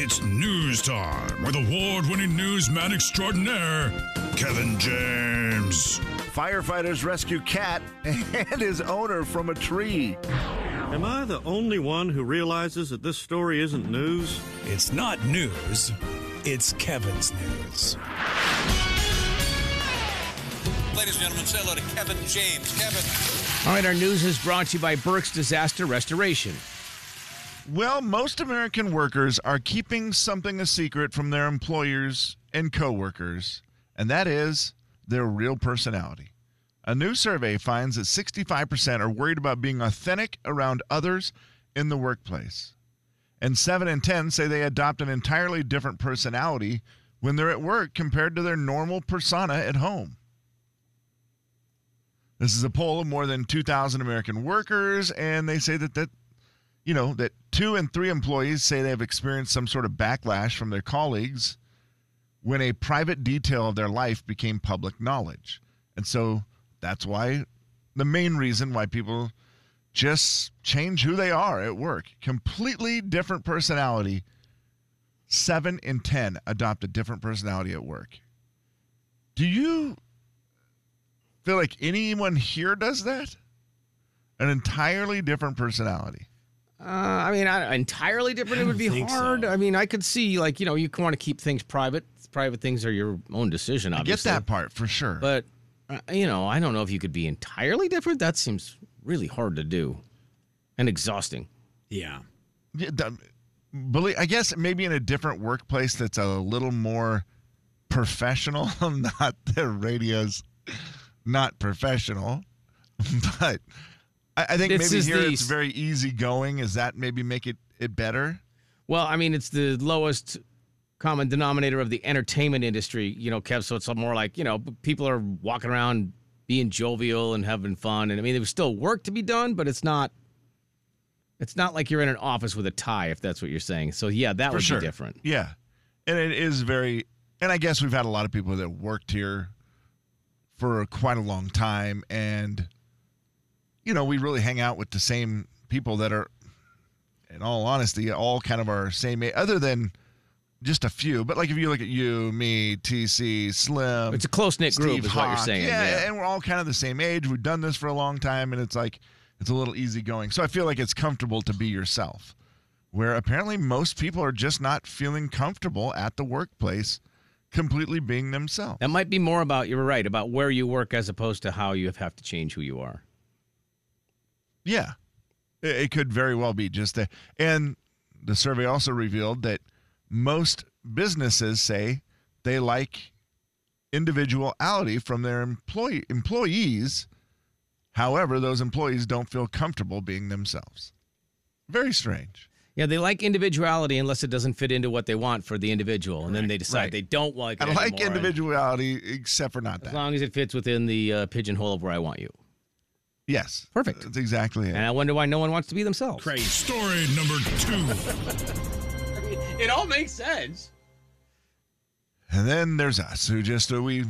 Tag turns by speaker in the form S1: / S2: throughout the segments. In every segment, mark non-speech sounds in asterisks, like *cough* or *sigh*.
S1: It's news time with award winning newsman extraordinaire, Kevin James.
S2: Firefighters rescue cat *laughs* and his owner from a tree.
S3: Am I the only one who realizes that this story isn't news?
S4: It's not news, it's Kevin's news.
S5: Ladies and gentlemen, say hello to Kevin James. Kevin.
S6: All right, our news is brought to you by Burke's Disaster Restoration.
S7: Well, most American workers are keeping something a secret from their employers and coworkers, and that is their real personality. A new survey finds that 65% are worried about being authentic around others in the workplace. And 7 in 10 say they adopt an entirely different personality when they're at work compared to their normal persona at home. This is a poll of more than 2,000 American workers, and they say that that you know that two and three employees say they have experienced some sort of backlash from their colleagues when a private detail of their life became public knowledge, and so that's why the main reason why people just change who they are at work. Completely different personality. Seven in ten adopt a different personality at work. Do you feel like anyone here does that? An entirely different personality.
S6: Uh, I mean, I, entirely different. It would be
S4: think so.
S6: hard. I mean, I could see like you know you want to keep things private. Private things are your own decision.
S7: I Get
S6: Obviously,
S7: that part for sure.
S6: But uh, you know, I don't know if you could be entirely different. That seems really hard to do, and exhausting.
S4: Yeah.
S7: Yeah, that- belie- I guess maybe in a different workplace that's a little more professional, *laughs* not the radios, not professional, *laughs* but I, I think
S6: This
S7: maybe
S6: is
S7: here
S6: the-
S7: it's very easygoing. Is that maybe make it, it better?
S6: Well, I mean, it's the lowest common denominator of the entertainment industry, you know, Kev. So it's more like you know people are walking around being jovial and having fun, and I mean, there's still work to be done, but it's not. It's not like you're in an office with a tie, if that's what you're saying. So yeah, that would be different.
S7: Yeah, and it is very. And I guess we've had a lot of people that worked here for quite a long time, and you know, we really hang out with the same people that are, in all honesty, all kind of our same. a- Other than just a few, but like if you look at you, me, TC, Slim,
S6: It's a close knit group,
S7: Steve
S6: is what you're
S7: Hawk.
S6: saying.
S7: Yeah,
S6: yeah.
S7: and we're all kind of the same age. We've done this for a long time, and it's like it's a little easy going. So I feel like it's comfortable to be yourself. Where apparently most people are just not feeling comfortable at the workplace, completely being themselves.
S6: That might be more about you're right about where you work as opposed to how you have to change who you are.
S7: Yeah, it, it could very well be just that. And the survey also revealed that most businesses say they like individuality from their employee employees. However, those employees don't feel comfortable being themselves. Very strange.
S6: Yeah, they like individuality unless it doesn't fit into what they want for the individual, and then they decide
S7: right.
S6: they don't like. It
S7: I like
S6: anymore, and
S7: individuality, except for not
S6: as
S7: that.
S6: long as it fits within the uh, pigeonhole of where I want you.
S7: Yes,
S6: Perfect.
S7: That's exactly
S6: And
S7: it.
S6: I wonder why no one wants to be themselves.
S4: Crazy.
S1: Story number two.
S6: *laughs* It all makes sense.
S7: And then there's us, who just uh, we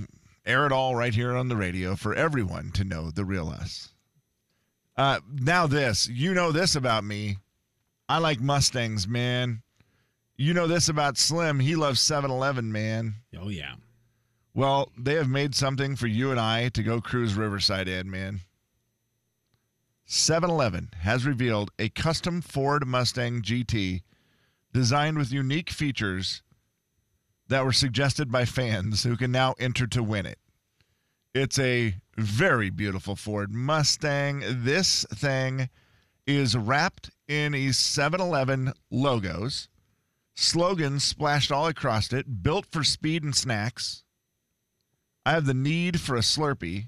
S7: air it all right here on the radio for everyone to know the real us. Uh, now this, you know this about me. I like Mustangs, man. You know this about Slim. He loves 7-Eleven, man.
S4: Oh, yeah.
S7: Well, they have made something for you and I to go cruise Riverside in, man. 7 Eleven has revealed a custom Ford Mustang GT designed with unique features that were suggested by fans who can now enter to win it. It's a very beautiful Ford Mustang. This thing is wrapped in a 7 Eleven logos, slogans splashed all across it, built for speed and snacks. I have the need for a Slurpee,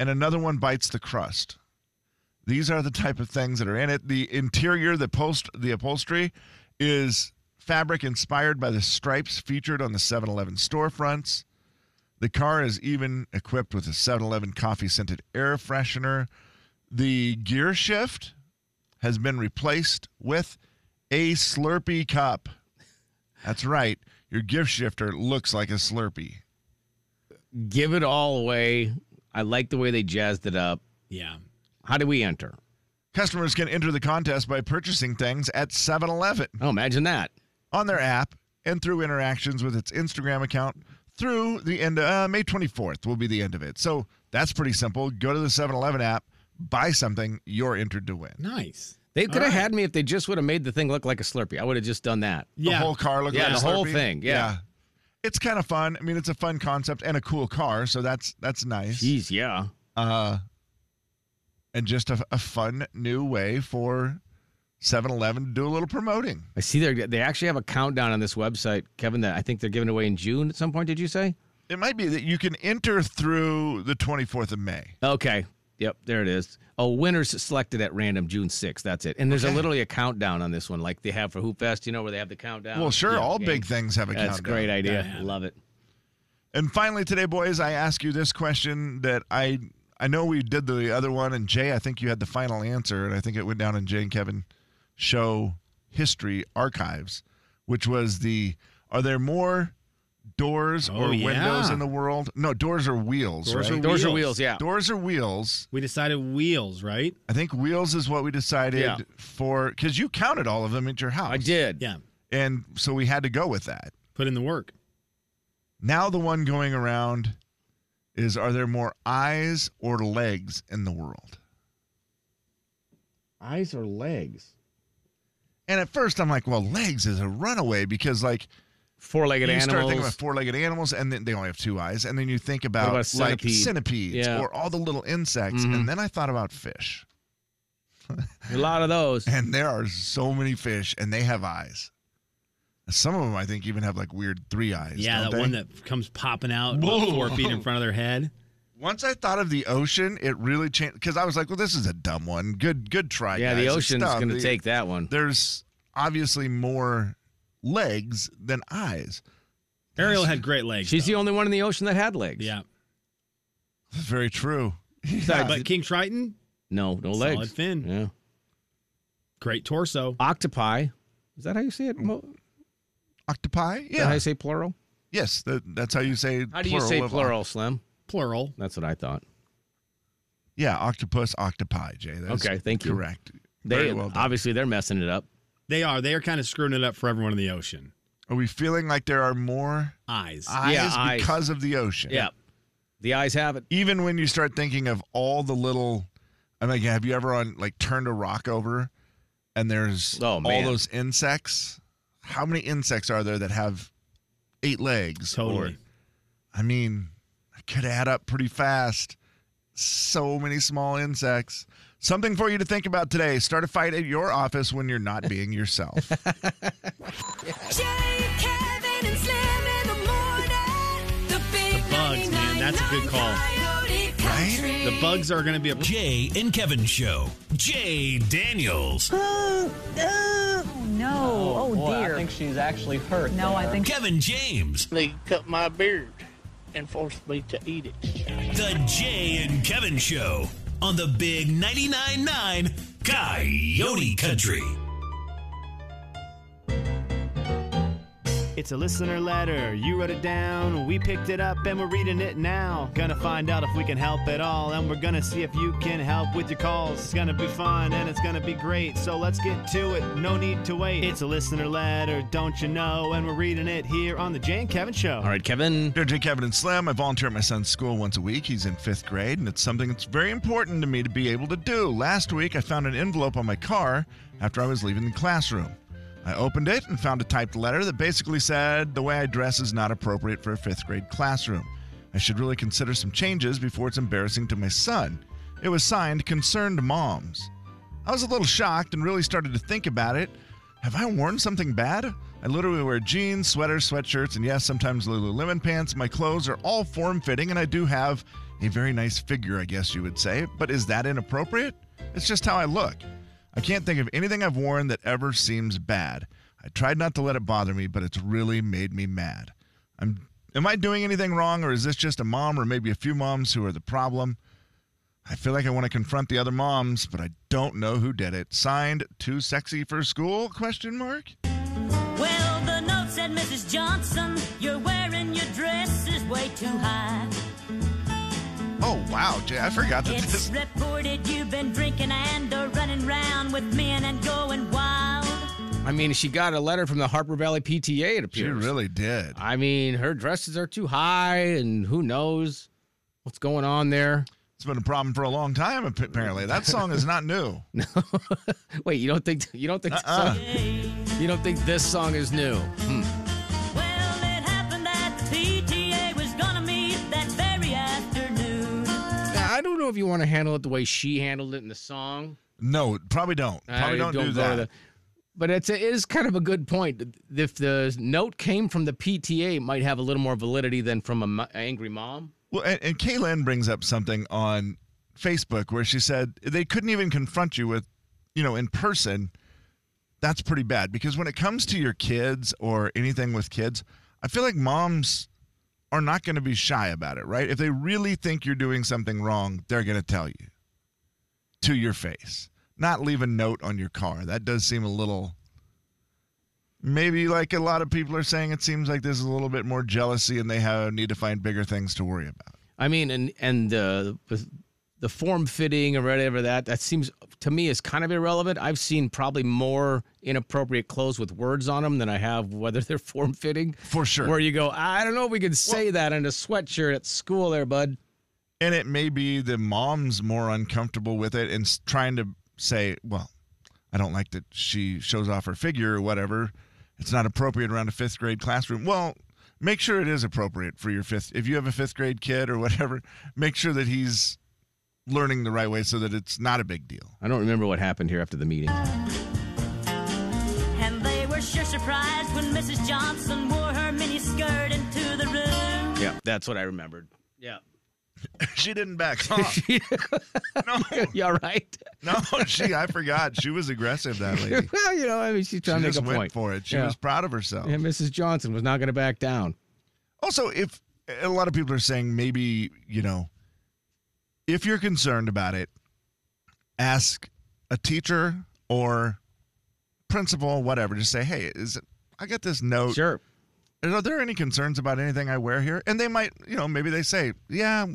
S7: and another one bites the crust. These are the type of things that are in it. The interior, the post, the upholstery, is fabric inspired by the stripes featured on the 7-Eleven storefronts. The car is even equipped with a 7-Eleven coffee-scented air freshener. The gear shift has been replaced with a Slurpee cup. That's right. Your gear shifter looks like a Slurpee.
S6: Give it all away. I like the way they jazzed it up.
S4: Yeah.
S6: How do we enter?
S7: Customers can enter the contest by purchasing things at 7 Eleven.
S6: Oh, imagine that.
S7: on their app and through interactions with its Instagram account through the end uh, May 24th will be the end of it. So that's pretty simple. Go to the 7-Eleven app, buy something, you're entered to win.
S8: Nice.
S6: They could
S8: right.
S6: have had me if they just would have made the thing look like a Slurpee. I would have just done that.
S8: Yeah.
S7: The whole car looked
S6: Yeah,
S7: like a
S6: the whole
S7: Slurpee.
S6: thing, yeah.
S7: It's kind of fun. I mean, it's a fun concept and a cool car, so that's that's nice.
S6: Jeez, Oh, yeah.
S7: Uh, and just a, a fun new way for 7-Eleven to do a little promoting.
S6: I see they they actually have a countdown on this website, Kevin. That I think they're giving away in June at some point. Did you say?
S7: It might be that you can enter through the 24th of May.
S6: Okay. Yep, there it is. Oh, winners selected at random June 6th. That's it. And there's a, literally a countdown on this one, like they have for Hoop Fest, you know, where they have the countdown.
S7: Well, sure,
S6: Oh, Yeah,
S7: all
S6: okay.
S7: big things have a
S6: That's a
S7: countdown.
S6: great idea. Love it.
S7: And finally, today, boys, I ask you this question that I I know we did the other one, and Jay, I think you had the final answer, and I think it went down in Jay and Kevin show history archives, which was the are there more doors
S8: Oh,
S7: or
S8: yeah.
S7: windows in the world? No, doors or wheels,
S8: Doors or
S7: right?
S6: Doors or
S8: Wheels.
S6: wheels, yeah.
S7: doors or wheels.
S8: We decided wheels, right?
S7: I think wheels is what we decided
S6: Yeah.
S7: for because you counted all of them at your house.
S6: I did.
S8: Yeah.
S7: and so we had to go with that.
S8: Put in the work.
S7: Now the one going around is are there more eyes or legs in the world?
S6: Eyes or legs?
S7: And at first I'm like, well, legs is a runaway because like
S6: Four legged
S7: you start
S6: animals.
S7: thinking about four-legged animals and then they only have two eyes and then you think about,
S6: about a
S7: like
S6: centipede?
S7: centipedes
S6: Yeah.
S7: or all the little insects
S6: Mhm.
S7: and then I thought about fish.
S6: a lot of those.
S7: And there are so many fish and they have eyes. Some of them I think even have like weird three eyes.
S8: Yeah,
S7: don't
S8: that
S7: they?
S8: one that comes popping out about four feet in front of their head.
S7: Once I thought of the ocean, it really changed because I was like, "Well, this is a dumb one. Good, good try."
S6: yeah,
S7: guys.
S6: the
S7: It's
S6: ocean's
S7: dumb.
S6: going to
S7: The-
S6: take that one.
S7: There's obviously more legs than eyes.
S8: Ariel had great legs.
S6: She's
S8: though.
S6: the only one in the ocean that had legs.
S8: yeah.
S7: Very true.
S6: Besides-
S8: But King Triton,
S6: no, no
S8: Solid
S6: legs.
S8: fin.
S6: Yeah.
S8: great torso.
S6: Octopi. Is that how you say it? Mo- is
S7: Octopi?
S6: that how
S7: Yeah.
S6: you say plural?
S7: Yes, that, that's how you say.
S6: How do you say
S7: of-
S6: plural, Slim?
S8: Plural.
S6: That's what I thought.
S7: Yeah, octopus, octopi. Jay. That's
S6: Okay, thank you.
S7: Correct.
S6: They
S7: Very well done.
S6: obviously they're messing it up.
S8: They are. They are kind of screwing it up for everyone in the ocean.
S7: Are we feeling like there are more
S8: Eyes.
S7: eyes
S6: eyes.
S7: because of the ocean?
S6: Yeah. The eyes have it.
S7: even when you start thinking of all the little I mean, have you ever on like turned a rock over and there's
S6: Oh,
S7: all
S6: man.
S7: those insects? How many insects are there that have eight legs?
S8: Totally.
S7: I mean, I could add up pretty fast. So many small insects. Something for you to think about today. Start a fight at your office when you're not being yourself.
S9: Jay, Kevin, and Slim in the morning. The big
S8: The bugs, man, that's a good call.
S9: 99.9 Coyote
S7: Right?
S9: Country.
S8: The bugs are going to be a
S4: Jay and Kevin Show. Jay Daniels.
S10: No. Oh, dear. I think she's actually hurt. No, I think
S4: Kevin James.
S11: They cut my beard and forced me to eat it.
S4: The Jay and Kevin Show on the Big 99.9 9 Coyote Country.
S11: It's a listener letter. You wrote it down. We picked it up and we're reading it now. Gonna find out if we can help at all. And we're gonna see if you can help with your calls. It's gonna be fun and it's gonna be great. So let's get to it. No need to wait. It's a listener letter, don't you know? And we're reading it here on the Jay and Kevin Show.
S6: All right, Kevin.
S7: Dear Jake, Kevin, and Slim, I volunteer at my son's school once a week. He's in fifth grade, and it's something that's very important to me to be able to do. Last week, I found an envelope on my car after I was leaving the classroom. I opened it and found a typed letter that basically said, The way I dress is not appropriate for a fifth grade classroom. I should really consider some changes before it's embarrassing to my son. It was signed Concerned Moms. I was a little shocked and really started to think about it. Have I worn something bad? I literally wear jeans, sweaters, sweatshirts, and yes, sometimes Lululemon pants. My clothes are all form fitting, and I do have a very nice figure, I guess you would say. But is that inappropriate? It's just how I look. I can't think of anything I've worn that ever seems bad. I tried not to let it bother me, but it's really made me mad. I'm, am I doing anything wrong, or is this just a mom or maybe a few moms who are the problem? I feel like I want to confront the other moms, but I don't know who did it. Signed, too sexy for school? Question mark.
S9: Well, the note said, Mrs. Johnson, you're wearing your dress is way too high.
S7: Oh wow, Jay, I forgot that
S8: *laughs*
S9: It's
S7: this. *laughs*
S9: reported you've been drinking and are running round with men and going wild.
S6: I mean, she got a letter from the Harper Valley PTA. It appears
S7: She really did.
S6: I mean, her dresses are too high, and who knows what's going on there. *laughs*
S7: It's been a problem for a long time, ap- apparently. That song is not new.
S6: Wait, you don't think you don't think this
S7: Uh-uh.
S6: song, you don't think this song is new? Hmm.
S9: Well, it happened that the PTA was gonna meet that very afternoon.
S6: Now, I don't know if you want to handle it the way she handled it in the song.
S7: No, probably don't. Probably
S6: I
S7: don't, do
S6: go to
S7: that.
S6: the- but it's a, it is kind of a good point. If the note came from the PTA, it might have a little more validity than from an angry mom.
S7: Well, and, and Kaylin brings up something on Facebook where she said they couldn't even confront you with, you know, in person. That's pretty bad because when it comes to your kids or anything with kids, I feel like moms are not going to be shy about it, right? If they really think you're doing something wrong, they're going to tell you to your face, not leave a note on your car. That does seem a little. Maybe like a lot of people are saying, it seems like there's a little bit more jealousy and they have, need to find bigger things to worry about.
S6: I mean, and and uh, with the form fitting or whatever that that seems to me is kind of irrelevant. I've seen probably more inappropriate clothes with words on them than I have *laughs* whether they're form fitting.
S7: For sure.
S6: Where you go, I don't know if we could say that in a sweatshirt at school, there, bud.
S7: and it may be the mom's more uncomfortable with it and s- trying to say, well, I don't like that she shows off her figure or whatever. It's not appropriate around a fifth grade classroom. Well, make sure it is appropriate for your fifth. If you have a fifth grade kid or whatever, make sure that he's learning the right way so that it's not a big deal.
S6: I don't remember what happened here after the meeting.
S9: And they were sure surprised when Mrs. Johnson wore her mini skirt into the room.
S6: Yeah, that's what I remembered. *laughs* Yeah.
S7: *laughs* she didn't *laughs* back off.
S6: *laughs* you all right?
S7: No, she. I forgot. She was aggressive. That lady.
S6: *laughs* well, you know, I mean, she's trying
S7: She
S6: to make
S7: just
S6: a
S7: went
S6: point
S7: for it. She
S6: Yeah.
S7: was proud of herself.
S6: And Mrs. Johnson was not going to back down.
S7: Also, if a lot of people are saying maybe, you know, if you're concerned about it, ask a teacher or principal, whatever. Just say, hey, is it, I got this note.
S6: Sure.
S7: Are there any concerns about anything I wear here? And they might, you know, maybe they say, yeah,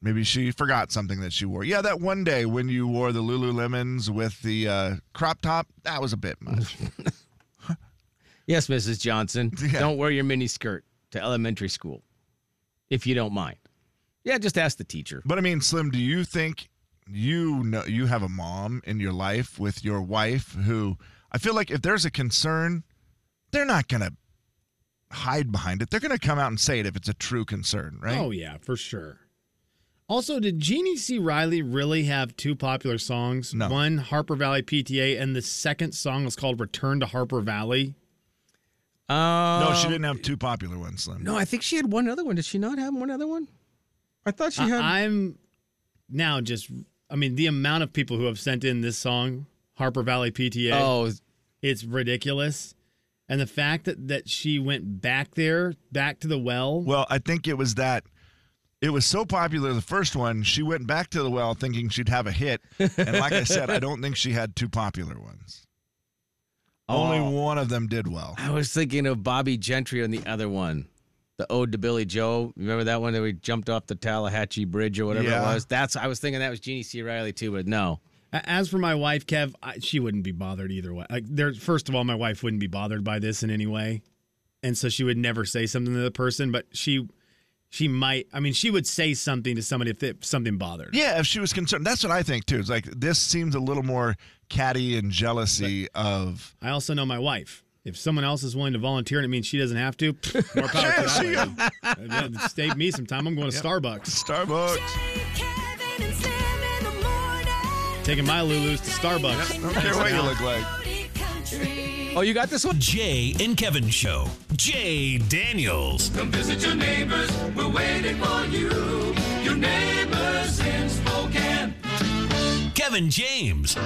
S7: maybe she forgot something that she wore. Yeah, that one day when you wore the Lululemons with the uh, crop top, that was a bit much.
S6: Yes, Mrs. Johnson.
S7: *laughs* Yeah.
S6: Don't wear your mini skirt to elementary school if you don't mind. Yeah, just ask the teacher.
S7: But I mean, Slim, do you think you know you have a mom in your life with your wife who I feel like if there's a concern, they're not gonna hide behind it. They're gonna come out and say it if it's a true concern, right?
S8: Oh yeah, for sure. Also, did Jeannie C. Riley really have two popular songs?
S7: No.
S8: One Harper Valley PTA, and the second song was called "Return to Harper Valley."
S6: Um,
S7: no, she didn't have two popular ones, Slim.
S6: No, I think she had one other one. Did she not have one other one? I thought she had.
S8: I- I'm now just. I mean, the amount of people who have sent in this song, Harper Valley PTA.
S6: oh,
S8: It's ridiculous. And the fact that, that she went back there, back to the well.
S7: Well, I think it was that it was so popular the first one, she went back to the well thinking she'd have a hit. And like I said,
S6: *laughs*
S7: I don't think she had two popular ones.
S6: Oh.
S7: Only one of them did well.
S6: I was thinking of Bobby Gentry on the other one, the Ode to Billy Joe. Remember that one that we jumped off the Tallahatchie Bridge or whatever
S7: Yeah.
S6: it was? That's I was thinking that was Jeannie C. Riley too, but no.
S8: A- As for my wife, Kev, I, she wouldn't be bothered either way. Like, there, first of all, my wife wouldn't be bothered by this in any way, and so she would never say something to the person. But she, she might. I mean, she would say something to somebody if it, something bothered. her.
S7: Yeah, if she was concerned, that's what I think too. It's like this seems a little more catty and jealousy of.
S8: I also know my wife. If someone else is willing to volunteer and it means she doesn't have to, pff, more power
S7: Yeah,
S8: to
S7: she-
S8: that. lady. Uh, Save me some time. I'm going to Starbucks.
S7: Starbucks.
S9: Kevin and Slim in the morning.
S8: Taking my Lulus to Starbucks.
S7: I don't care what you look like.
S9: Country.
S6: Oh, you got this one?
S4: Jay and Kevin Show. Jay Daniels.
S5: Come visit your neighbors. We're waiting for you. Your neighbors in Spokane.
S4: Kevin James.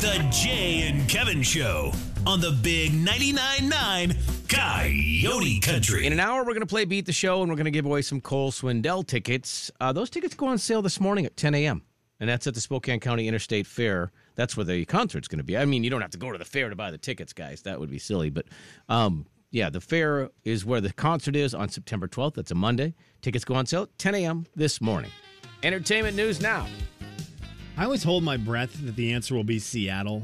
S4: The Jay and Kevin Show on the Big 99.9 9 Coyote Country.
S6: In an hour, we're going to play Beat the Show and we're going to give away some Cole Swindell tickets. Uh, those tickets go on sale this morning at 10 a.m. And that's at the Spokane County Interstate Fair. That's where the concert's going to be. I mean, you don't have to go to the fair to buy the tickets, guys. That would be silly. But um, yeah, the fair is where the concert is on September 12th. That's a Monday. Tickets go on sale at 10 a.m. this morning. Entertainment news now.
S8: I always hold my breath that the answer will be Seattle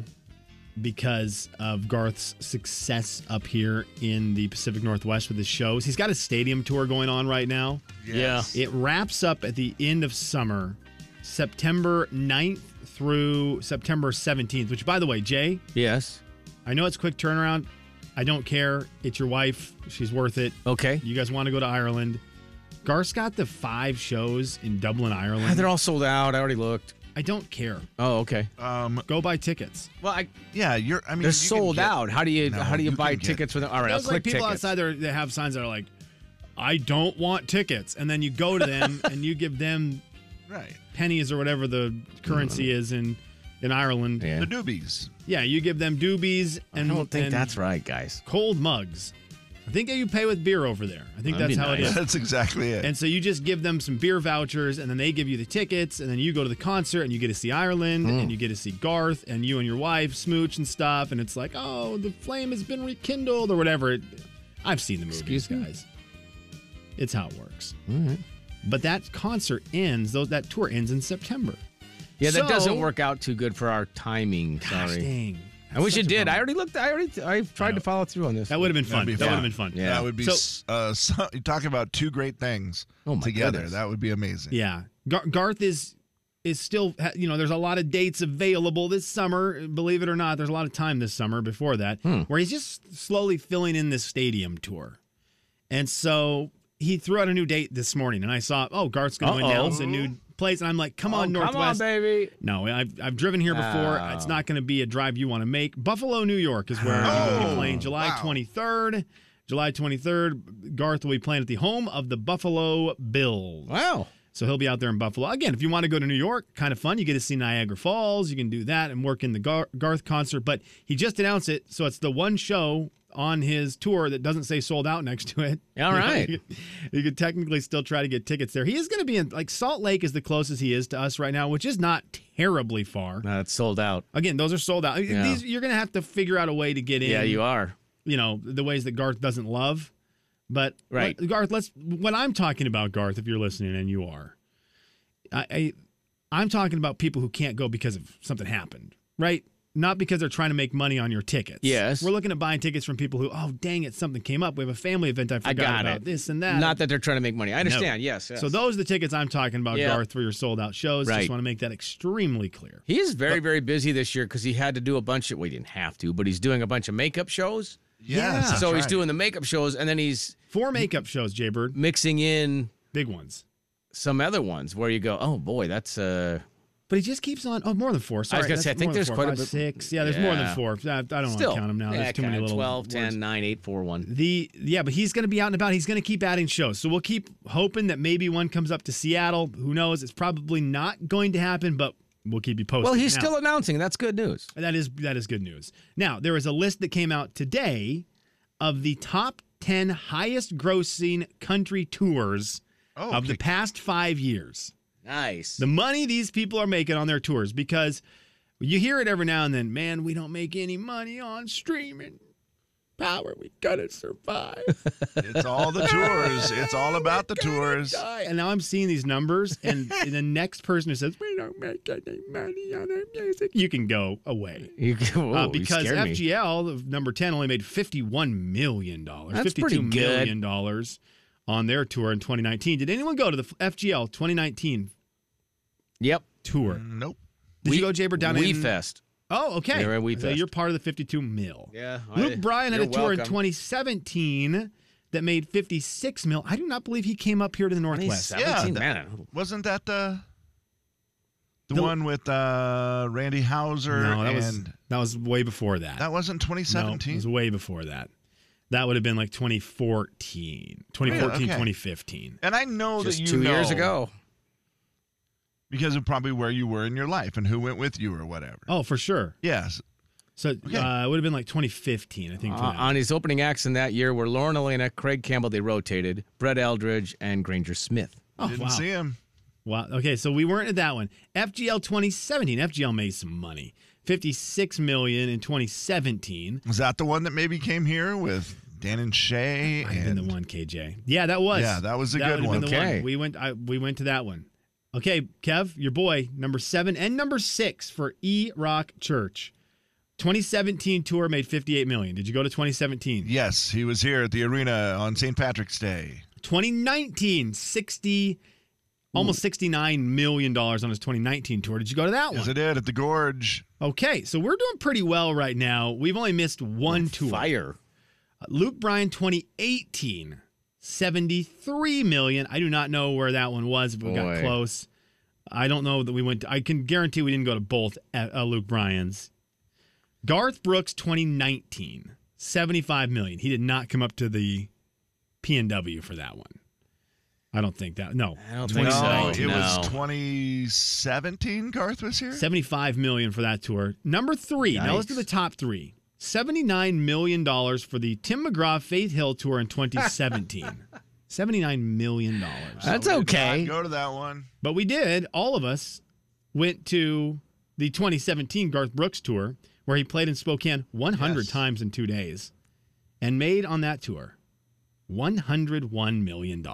S8: because of Garth's success up here in the Pacific Northwest with his shows. He's got a stadium tour going on right now.
S6: Yes.
S8: It wraps up at the end of summer, September 9th through September 17th, which, by the way, Jay,
S6: Yes.
S8: I know it's quick turnaround. I don't care. It's your wife. She's worth it.
S6: Okay.
S8: You guys want to go to Ireland. Garth's got the five shows in Dublin, Ireland.
S6: Ah, They're all sold out. I already looked.
S8: I don't care.
S6: Oh, okay.
S7: Um,
S8: Go buy tickets.
S6: Well, I,
S7: yeah, you're. I mean, you can
S6: they're sold
S7: get-
S6: out. How do you
S7: No,
S6: how do you,
S7: you
S6: buy
S7: can get-
S6: tickets with? All right, I'll
S8: Those like
S6: click
S8: people
S6: tickets.
S8: outside there that have signs that are like, "I don't want tickets," and then you go to
S6: *laughs*
S8: them and you give them
S7: Right.
S8: pennies or whatever the currency is in in Ireland.
S6: Yeah.
S7: The newbies.
S8: Yeah, you give them doobies and
S6: I don't think
S8: and
S6: that's right, guys.
S8: cold mugs. I think you pay with beer over there. I think that's
S6: That'd be
S8: how
S6: nice.
S8: it
S7: *laughs*
S8: is.
S7: That's exactly it.
S8: And so you just give them some beer vouchers, and then they give you the tickets, and then you go to the concert, and you get to see Ireland, and you get to see Garth, and you and your wife smooch and stuff, and it's like, oh, the flame has been rekindled or whatever. It- I've seen the movies,
S6: Excuse me?
S8: guys. It's how it works. But that concert ends; those that tour ends in September.
S6: Yeah, that
S8: So-
S6: doesn't work out too good for our timing.
S8: Gosh
S6: Sorry.
S8: dang!
S6: I wish
S8: Such
S6: it
S8: a
S6: did. I
S8: bummer.
S6: already looked. I already. I tried to follow through on this.
S8: That would have been
S7: That'd
S8: fun.
S7: be
S8: That would have
S7: fun.
S8: been fun.
S6: Yeah.
S7: That would be
S8: So-
S7: s uh, so, you talk about two great things
S6: Oh my
S7: together.
S6: goodness.
S7: That would be amazing.
S8: Yeah. Gar- Garth is is still ha- you know there's a lot of dates available this summer believe it or not there's a lot of time this summer before that where he's just slowly filling in this stadium tour and so he threw out a new date this morning and i saw oh garth's going to
S6: Uh-oh.
S8: announce a new place and i'm like come
S6: Oh,
S8: on northwest
S6: Come on, baby.
S8: no i've, I've driven here before
S6: Oh.
S8: it's not going to be a drive you want to make buffalo new york is where he's going to be playing july 23rd july 23rd garth will be playing at the home of the buffalo bills
S6: Wow.
S8: so he'll be out there in Buffalo. Again, if you want to go to New York, kind of fun. You get to see Niagara Falls. You can do that and work in the Gar- Garth concert. But he just announced it. So it's the one show on his tour that doesn't say sold out next to it. *laughs*
S6: All
S8: You know,
S6: right.
S8: you, could, you could technically still try to get tickets there. He is going to be in, like, Salt Lake is the closest he is to us right now, which is not terribly far.
S6: No, it's sold out.
S8: Again, those are sold out.
S6: Yeah.
S8: These, you're going to have to figure out a way to get in
S6: Yeah, you are.
S8: you know the ways that Garth doesn't love. But
S6: Right.
S8: let- Garth, let's what I'm talking about, Garth, if you're listening and you are, I, I I'm talking about people who can't go because of something happened, right? Not because they're trying to make money on your tickets.
S6: Yes.
S8: we're looking at buying tickets from people who, oh dang it, something came up. We have a family event. I forgot
S6: I got
S8: about
S6: it.
S8: this and that.
S6: Not that they're trying to make money. I
S8: No.
S6: understand. Yes, yes.
S8: So those are the tickets I'm talking about,
S6: Yeah.
S8: Garth, for your sold out shows.
S6: Right.
S8: Just want to make that extremely clear.
S6: He is very, very busy this year because he had to do a bunch of. Well, he didn't have to, but he's doing a bunch of makeup shows.
S8: Ah,
S7: Yes, that's
S6: so he's
S7: right.
S6: doing the makeup shows, and then he's
S8: Four makeup shows, Jay Bird,
S6: mixing in
S8: big ones.
S6: some other ones where you go, oh boy, that's uh,
S8: But he just keeps on. Oh, more than four. Sorry,
S6: gonna
S8: that's
S6: say, I
S8: more than
S6: think there's
S8: four,
S6: quite a
S8: five,
S6: bit-
S8: Six. Yeah, there's more
S6: Yeah.
S8: than four. I, I don't
S6: still
S8: want to count them now.
S6: Yeah,
S8: there's too many
S6: kinda
S8: little
S6: 12,
S8: words.
S6: 10, 9, 8, 4, 1.
S8: The yeah, but he's going to be out and about. He's going to keep adding shows. So we'll keep hoping that maybe one comes up to Seattle. Who knows? It's probably not going to happen, but we'll keep you posted.
S6: Well, he's
S8: Now,
S6: still announcing. That's good news.
S8: that is that is good news. Now there is a list that came out today of the top ten highest grossing country tours
S7: Oh,
S8: of the
S7: okay.
S8: past five years.
S6: Nice.
S8: The money these people are making on their tours because you hear it every now and then, man, we don't make any money on streaming. Power, we gotta survive.
S7: *laughs*
S6: *laughs*
S7: It's all the tours. It's all about the tours.
S8: Die. And now I'm seeing these numbers,
S6: *laughs*
S8: and the next person who says, we don't make any money on our music, you can go away.
S6: *laughs* you, whoa,
S8: Uh,
S6: you
S8: because
S6: scared me.
S8: FGL, of number 10, only made $51 million.
S6: That's pretty
S8: $52 million
S6: good.
S8: dollars on their tour in 2019. Did anyone go to the FGL 2019
S6: Yep.
S8: tour?
S7: Nope.
S8: Did you go, Jaber, down
S6: We
S8: in?
S6: Fest.
S8: Oh, okay.
S6: They were at Wheat
S8: so
S6: Fest.
S8: you're part of the 52 mil.
S6: Yeah, I-
S8: Luke Bryan had a
S6: you're
S8: tour in
S6: welcome.
S8: 2017 that made 56 mil. I do not believe he came up here to the Northwest.
S6: 2017,
S7: Yeah,
S6: man.
S7: Wasn't that the the,
S8: The-
S7: one with uh, Randy Hauser?
S8: No, that
S7: and
S8: was that was way before that.
S7: that wasn't
S8: No, it
S7: 2017.
S8: was way before that. That would have been like 2014, 2014,
S7: Really? Okay.
S8: 2015.
S7: and I know
S6: Just
S7: that you
S6: two years
S7: know
S6: ago.
S7: because of probably where you were in your life and who went with you or whatever.
S8: Oh, for sure.
S7: Yes,
S8: So
S7: Okay.
S8: uh, it would have been like 2015, I think.
S6: Uh,
S8: for that.
S6: on his opening acts in that year were Lauren Elena, Craig Campbell, they rotated, Brett Eldridge, and Granger Smith.
S8: oh,
S7: didn't
S8: wow.
S7: see him.
S8: Wow. Okay, so we weren't at that one. FGL 2017. FGL made some money. 56 million in 2017.
S7: Was that the one that maybe came here with Dan and Shay?
S8: Might have been
S7: And
S8: the one, KJ. Yeah, that was.
S7: Yeah, that was a good
S8: would have been
S7: one.
S8: the
S6: Okay.
S8: We went. I, we went to that one. Okay, Kev, your boy, number seven and number six for E Rock Church. 2017 tour made 58 million. Did you go to 2017?
S7: Yes, he was here at the arena on St. Patrick's Day.
S8: 2019, 60, almost 69 million dollars on his 2019 tour. Did you go to that one?
S7: Yes, I did at the Gorge.
S8: Okay, so we're doing pretty well right now. We've only missed one tour.
S6: Fire.
S8: Luke Bryan 2018, 73 million. I do not know where that one was, but we got
S6: Boy.
S8: close. I don't know that we went. I can guarantee we didn't go to both uh, uh, Luke Bryan's. Garth Brooks 2019, 75 million. He did not come up to the PNW for that one. I don't think that. No.
S6: I don't think
S7: No,
S6: so.
S7: it was
S6: No.
S7: 2017. Garth was here.
S8: 75 million for that tour. Number three. Now let's do the top three. $79 million for the Tim McGraw Faith Hill tour in
S6: *laughs*
S8: 2017. $79 million.
S6: That's
S7: We did not
S6: okay.
S7: Go to that one.
S8: But we did, all of us went to the 2017 Garth Brooks tour where he played in Spokane 100
S7: Yes.
S8: times in two days and made on that tour $101 million.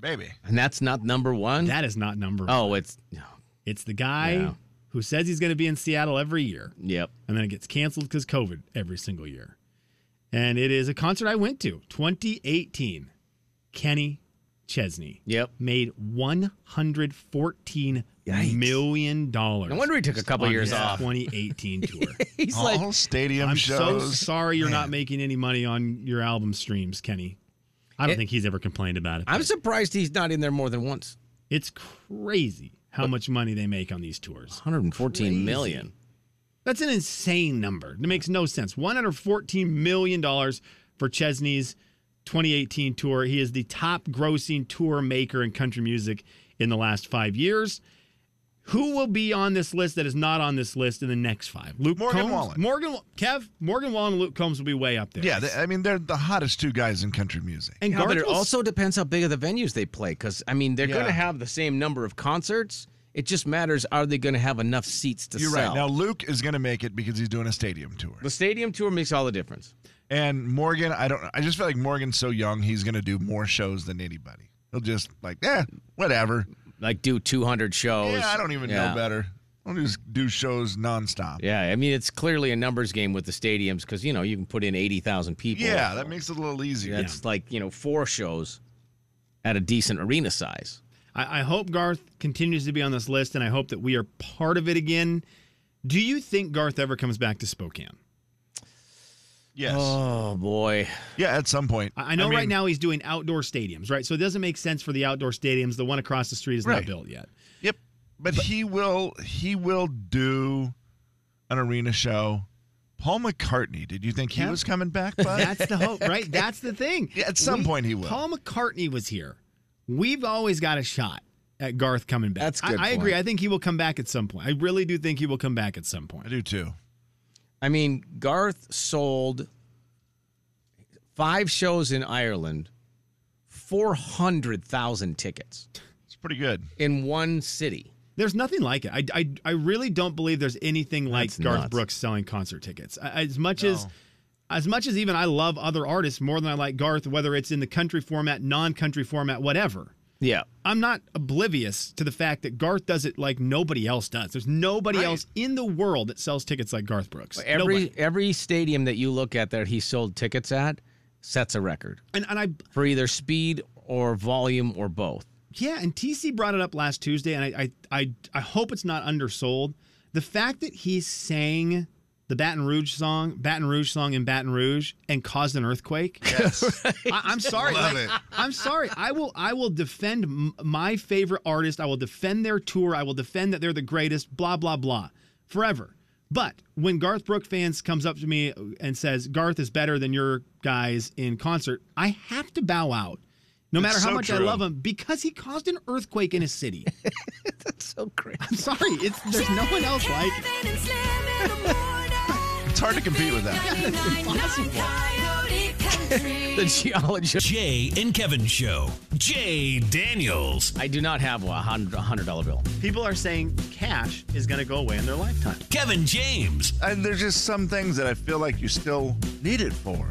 S7: Baby.
S6: And that's not number one.
S8: That is not number one.
S6: oh, it's no.
S8: It's the guy
S6: Yeah.
S8: who says he's going to be in Seattle every year.
S6: Yep.
S8: and then it gets canceled because COVID every single year. And it is a concert I went to 2018. Kenny Chesney
S6: Yep.
S8: made 114
S6: Yikes.
S8: million dollars.
S6: No wonder he took a couple years off. *laughs*
S8: 2018 tour.
S6: He's
S7: All
S6: like,
S7: stadium
S8: I'm so
S7: shows.
S8: sorry you're not making any money on your album streams, Kenny. I don't
S6: It-
S8: think he's ever complained about it.
S6: I'm surprised he's not in there more than once.
S8: it's crazy how much money they make on these tours.
S6: 114 million.
S8: That's an insane number. It makes no sense. $114 million for Chesney's 2018 tour. He is the top grossing tour maker in country music in the last five years. Who will be on this list that is not on this list in the next five? Luke
S7: Morgan
S8: Combs?
S7: Wallen.
S8: Morgan, Kev, Morgan Wallen and Luke Combs will be way up there.
S7: Yeah, they, uh, I mean they're the hottest two guys in country music.
S8: and
S6: Yeah, but it
S8: will-
S6: also depends how big of the venues they play. Because, I mean, they're going
S7: Yeah.
S6: to have the same number of concerts. It just matters are they going to have enough seats to
S7: You're
S6: sell?
S7: right. Now Luke is going to make it because he's doing a stadium tour.
S6: the stadium tour makes all the difference.
S7: And Morgan, I don't. I just feel like Morgan's so young. He's going to do more shows than anybody. He'll just like, eh, whatever.
S6: Like, do 200
S8: Oh,
S6: shows.
S7: yeah, I don't even
S6: Yeah.
S7: know better. I'll just do shows nonstop.
S6: Yeah, I mean, it's clearly a numbers game with the stadiums because, you know, you can put in 80,000 people.
S7: Yeah, that makes it a little easier.
S6: That's like, you know, four shows at a decent arena size.
S8: I, I hope Garth continues to be on this list, and I hope that we are part of it again. Do you think Garth ever comes back to Spokane?
S7: Yes.
S6: Oh, boy.
S7: yeah, at some point.
S8: Uh, I I know right
S7: mean,
S8: now he's doing outdoor stadiums, right? So it doesn't make sense for the outdoor stadiums. The one across the street is not
S7: Right.
S8: built yet.
S7: Yep. But, he will he will do an arena show. Paul McCartney, did you think he
S8: *laughs* Yeah.
S7: was coming back, bud?
S8: That's the hope, right? That's the thing.
S7: *laughs* Yeah, at some point he will.
S8: Paul McCartney was here. We've always got a shot at Garth coming back.
S6: That's a
S8: I-
S6: good
S8: I, agree.
S6: point.
S8: I think he will come back at some point. I really do think he will come back at some point.
S7: I do too.
S6: I mean, Garth sold five shows in Ireland, 400,000 tickets
S7: It's pretty good.
S6: in one city.
S8: There's nothing like it. I, I, I really don't believe there's anything like
S6: That's
S8: Garth
S6: nuts.
S8: Brooks selling concert tickets. I, as much as as much as even I love other artists more than I like Garth, whether it's in the country format, non-country format, whatever.
S6: Yeah.
S8: I'm not oblivious to the fact that Garth does it like nobody else does. There's nobody else in the world that sells tickets like Garth Brooks.
S6: Every
S8: Nobody.
S6: every stadium that you look at that he sold tickets at sets a record
S8: and and I
S6: for either speed or volume or *laughs* both.
S8: yeah, and TC brought it up last Tuesday, and I I I, I hope it's not undersold. The fact that he sang the Baton Rouge song, Baton Rouge song in Baton Rouge, and caused an earthquake.
S7: Yes. *laughs*
S8: I, I'm sorry.
S7: Love
S8: like,
S7: it.
S8: I'm sorry. I will. I will defend m- my favorite artist. I will defend their tour. I will defend that they're the greatest. Blah blah blah, forever. But when Garth Brooks fans comes up to me and says Garth is better than your guys in concert, I have to bow out, no
S7: It's
S8: matter how
S7: so
S8: much I
S7: true.
S8: love him, because he caused an earthquake in his city. *laughs*
S6: So great.
S8: I'm sorry. It's there's no one else like it.
S7: It's hard to compete with that. *laughs*
S6: The geologist.
S4: Jay and Kevin Show. Jay Daniels.
S6: I do not have a hundred hundred dollar bill.
S8: People are saying cash is going to go away in their lifetime.
S4: Kevin James.
S7: And there's just some things that I feel like you still need it for.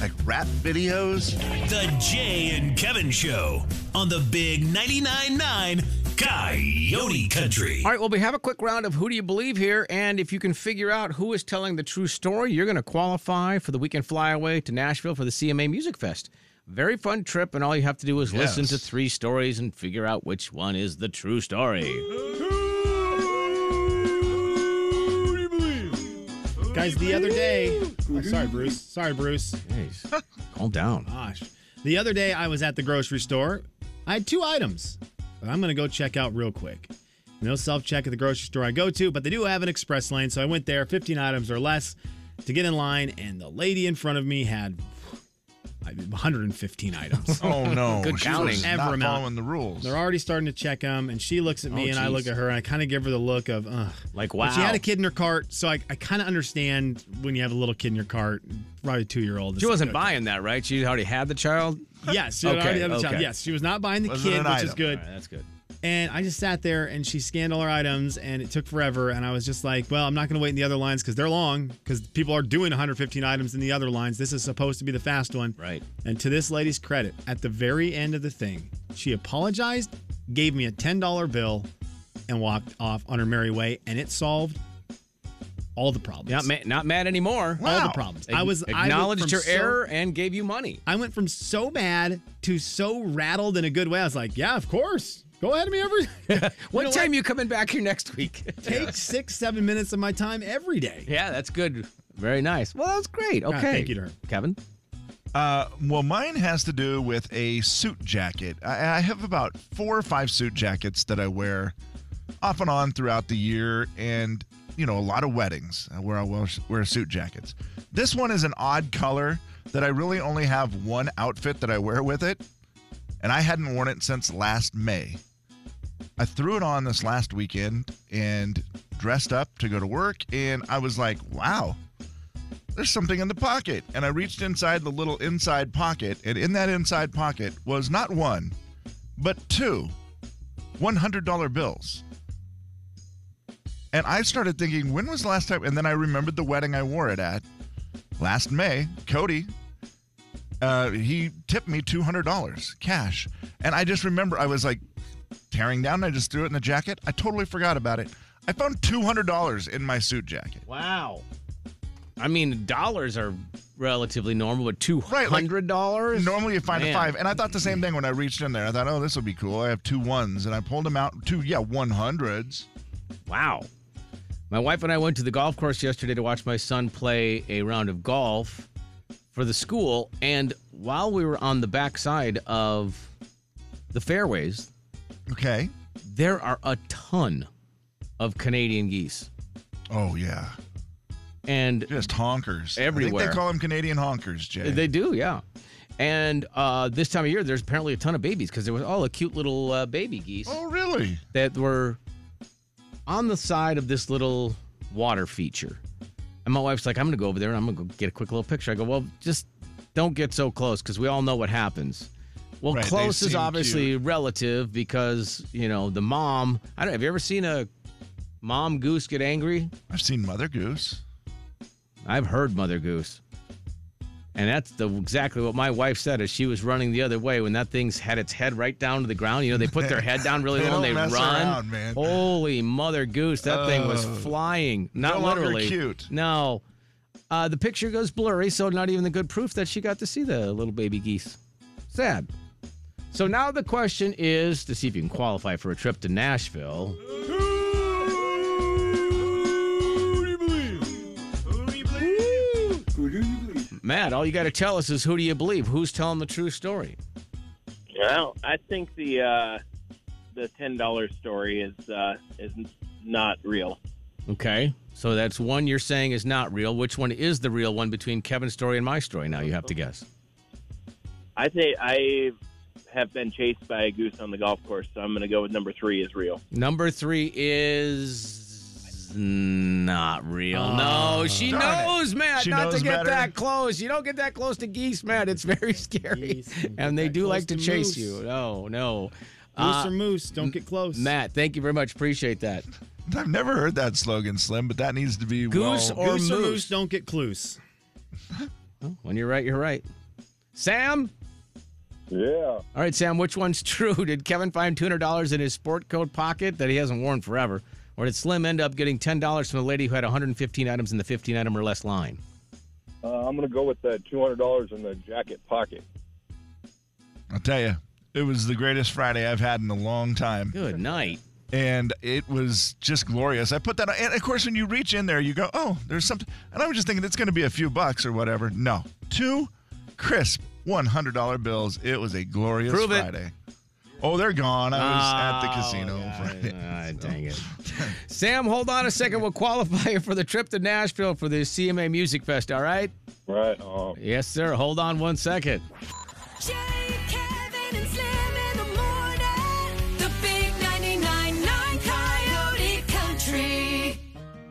S7: Like rap videos.
S4: The Jay and Kevin Show on the Big 99.9 9 Coyote Country.
S6: All right, well, we have a quick round of Who Do You Believe here, and if you can figure out who is telling the true story, you're going to qualify for the weekend flyaway to Nashville for the CMA Music Fest. Very fun trip, and all you have to do is listen to three stories and figure out which one is the true story.
S8: Guys, the other day, oh, sorry, Bruce. Sorry, Bruce.
S6: Jeez, calm down.
S8: Gosh, the other day I was at the grocery store. I had two items that I'm gonna go check out real quick. No self check at the grocery store I go to, but they do have an express lane, so I went there, 15 items or less, to get in line, and the lady in front of me had I mean, 115
S6: *laughs*
S8: items.
S7: Oh no!
S6: Good
S7: She
S6: counting.
S7: was
S8: Ever
S7: Not
S8: amount.
S7: following the rules.
S8: They're already starting to check them, and she looks at me,
S6: Oh,
S8: and I
S6: geez.
S8: look at her, and I kind of give her the look of, ugh.
S6: Like,
S8: But she
S6: wow.
S8: had a kid in her cart, so I, I kind of understand when you have a little kid in your cart, probably two year old.
S6: She wasn't buying that, right? She already had the child.
S8: Yes, she had
S6: Okay,
S8: already had the child.
S6: okay.
S8: Yes, she was not buying the
S7: Wasn't
S8: kid,
S7: an
S8: which is
S7: item.
S8: good.
S6: All right, that's good.
S8: And I just sat there and she scanned all her items and it took forever. And I was just like, well, I'm not going to wait in the other lines because they're long because people are doing 115 items in the other lines. This is supposed to be the fast one.
S6: Right.
S8: And to this lady's credit, at the very end of the thing, she apologized, gave me a $10 bill, and walked off on her merry way. And it solved all the problems.
S6: Not ma- not mad anymore.
S8: All
S7: Wow.
S8: the problems. I was I went
S6: acknowledged
S8: from
S6: your
S8: so-
S6: error and gave you money.
S8: I went from so bad to so rattled in a good way. I was like, yeah, of course. Go ahead of me
S6: *laughs*
S8: every.
S6: What
S8: know
S6: time you coming back here
S8: *laughs*
S6: next week?
S8: take six, seven minutes of my time every day.
S6: yeah, that's good. Very nice. Well, that's great. Okay.
S8: Ah, thank you to her.
S6: Kevin.
S7: Uh, well, mine has to do with a suit jacket. I, I have about four or five suit jackets that I wear off and on throughout the year, and you know, a lot of weddings where I wear, wear suit jackets. This one is an odd color that I really only have one outfit that I wear with it, and I hadn't worn it since last May. I threw it on this last weekend and dressed up to go to work, and I was like, wow there's something in the pocket. And I reached inside the little inside pocket, and in that inside pocket was not one, but two $100 bills. And I started thinking, when was the last time? And then I remembered the wedding I wore it at last May. Cody, uh, he tipped me $200 cash. And I just remember I was like tearing down. and I just threw it in the jacket. I totally forgot about it. I found $200 in my suit jacket.
S6: Wow. I mean, dollars are relatively normal, but two
S7: like,
S6: hundred dollars.
S7: Normally you find
S6: Man.
S7: a five. And I thought the same thing when I reached in there. I thought, oh, this will be cool. I have two ones. And I pulled them out. Two, yeah, 100s.
S6: Wow. My wife and I went to the golf course yesterday to watch my son play a round of golf for the school. And while we were on the backside of the fairways,
S7: Okay.
S6: there are a ton of Canadian geese.
S7: Oh, yeah.
S6: And
S7: Just honkers. I
S6: Everywhere.
S7: think they call them Canadian honkers, Jay.
S6: They do, yeah. And uh, this time of year, there's apparently a ton of babies because there was all a cute little uh, baby geese
S7: oh, really?
S6: that were on the side of this little water feature. And my wife's like, I'm going to go over there and I'm going to go get a quick little picture. I go, well, just don't get so close because we all know what happens. Well,
S7: Right, they
S6: close is
S7: seem
S6: obviously relative because, you know, the mom. I don't have you ever seen a mom goose get angry?
S7: I've seen Mother Goose.
S6: I've heard Mother Goose. And that's the exactly what my wife said as she was running the other way when that thing's had its head right down to the ground. You know, they put their head down
S7: *laughs*
S6: really
S7: They
S6: low
S7: don't
S6: and they
S7: mess
S6: run.
S7: around, man.
S6: Holy Mother Goose, that thing was
S7: Oh.
S6: flying. Not
S7: No longer
S6: literally.
S7: cute.
S6: No. Uh, the picture goes blurry, so not even the good proof that she got to see the little baby geese. Sad. So now the question is to see if you can qualify for a trip to Nashville. Matt, all you got to tell us is who do you believe? Who's telling the true story?
S12: Well, I think the uh, the ten dollar story is uh, is not real.
S6: Okay. So that's one you're saying is not real. Which one is the real one between Kevin's story and my story? Now you have to guess.
S12: I think I have been chased by a goose on the golf course, so I'm going to go with number three is real.
S6: Number three is not real. no, she
S7: darn it.
S6: knows, Matt,
S7: She
S6: not
S7: knows
S6: to get
S7: better.
S6: that close. You don't get that close to geese, Matt. It's very scary.
S8: geese, don't
S6: *laughs* And
S8: get
S6: they
S8: that
S6: do
S8: close
S6: like to
S8: to
S6: chase
S8: moose.
S6: you. No, no.
S8: Moose
S6: Uh,
S8: or moose, don't get close.
S6: Matt, thank you very much. Appreciate that.
S7: I've never heard that slogan, Slim, but that needs to be
S6: Goose
S7: well-
S6: or
S8: goose or
S6: moose.
S8: moose, don't get close.
S6: When you're right, you're right. Sam?
S13: Yeah.
S6: All right, Sam, which one's *laughs* true? Did Kevin find $200 in his sport coat pocket that he hasn't worn forever? Or did Slim end up getting $10 from the lady who had 115 items in the 15 item or less line?
S13: Uh, I'm going to go with the $200 in the jacket pocket.
S7: I'll tell you, it was the greatest Friday I've had in a long time.
S6: Good night.
S7: And it was just glorious. I put that on. And of course, when you reach in there, you go, oh, there's something. And I was just thinking it's going to be a few bucks or whatever. No. Two crisp $100 bills. It was a glorious
S6: Prove it.
S7: Friday. Oh, they're gone. I was
S6: Oh,
S7: at the casino Friday. *laughs*
S6: dang it. Sam, hold on a second. We'll qualify you for the trip to Nashville for the CMA Music Fest, all right?
S13: Right.
S6: Yes, sir. Hold on one second.
S9: Jay, Kevin, and Slim.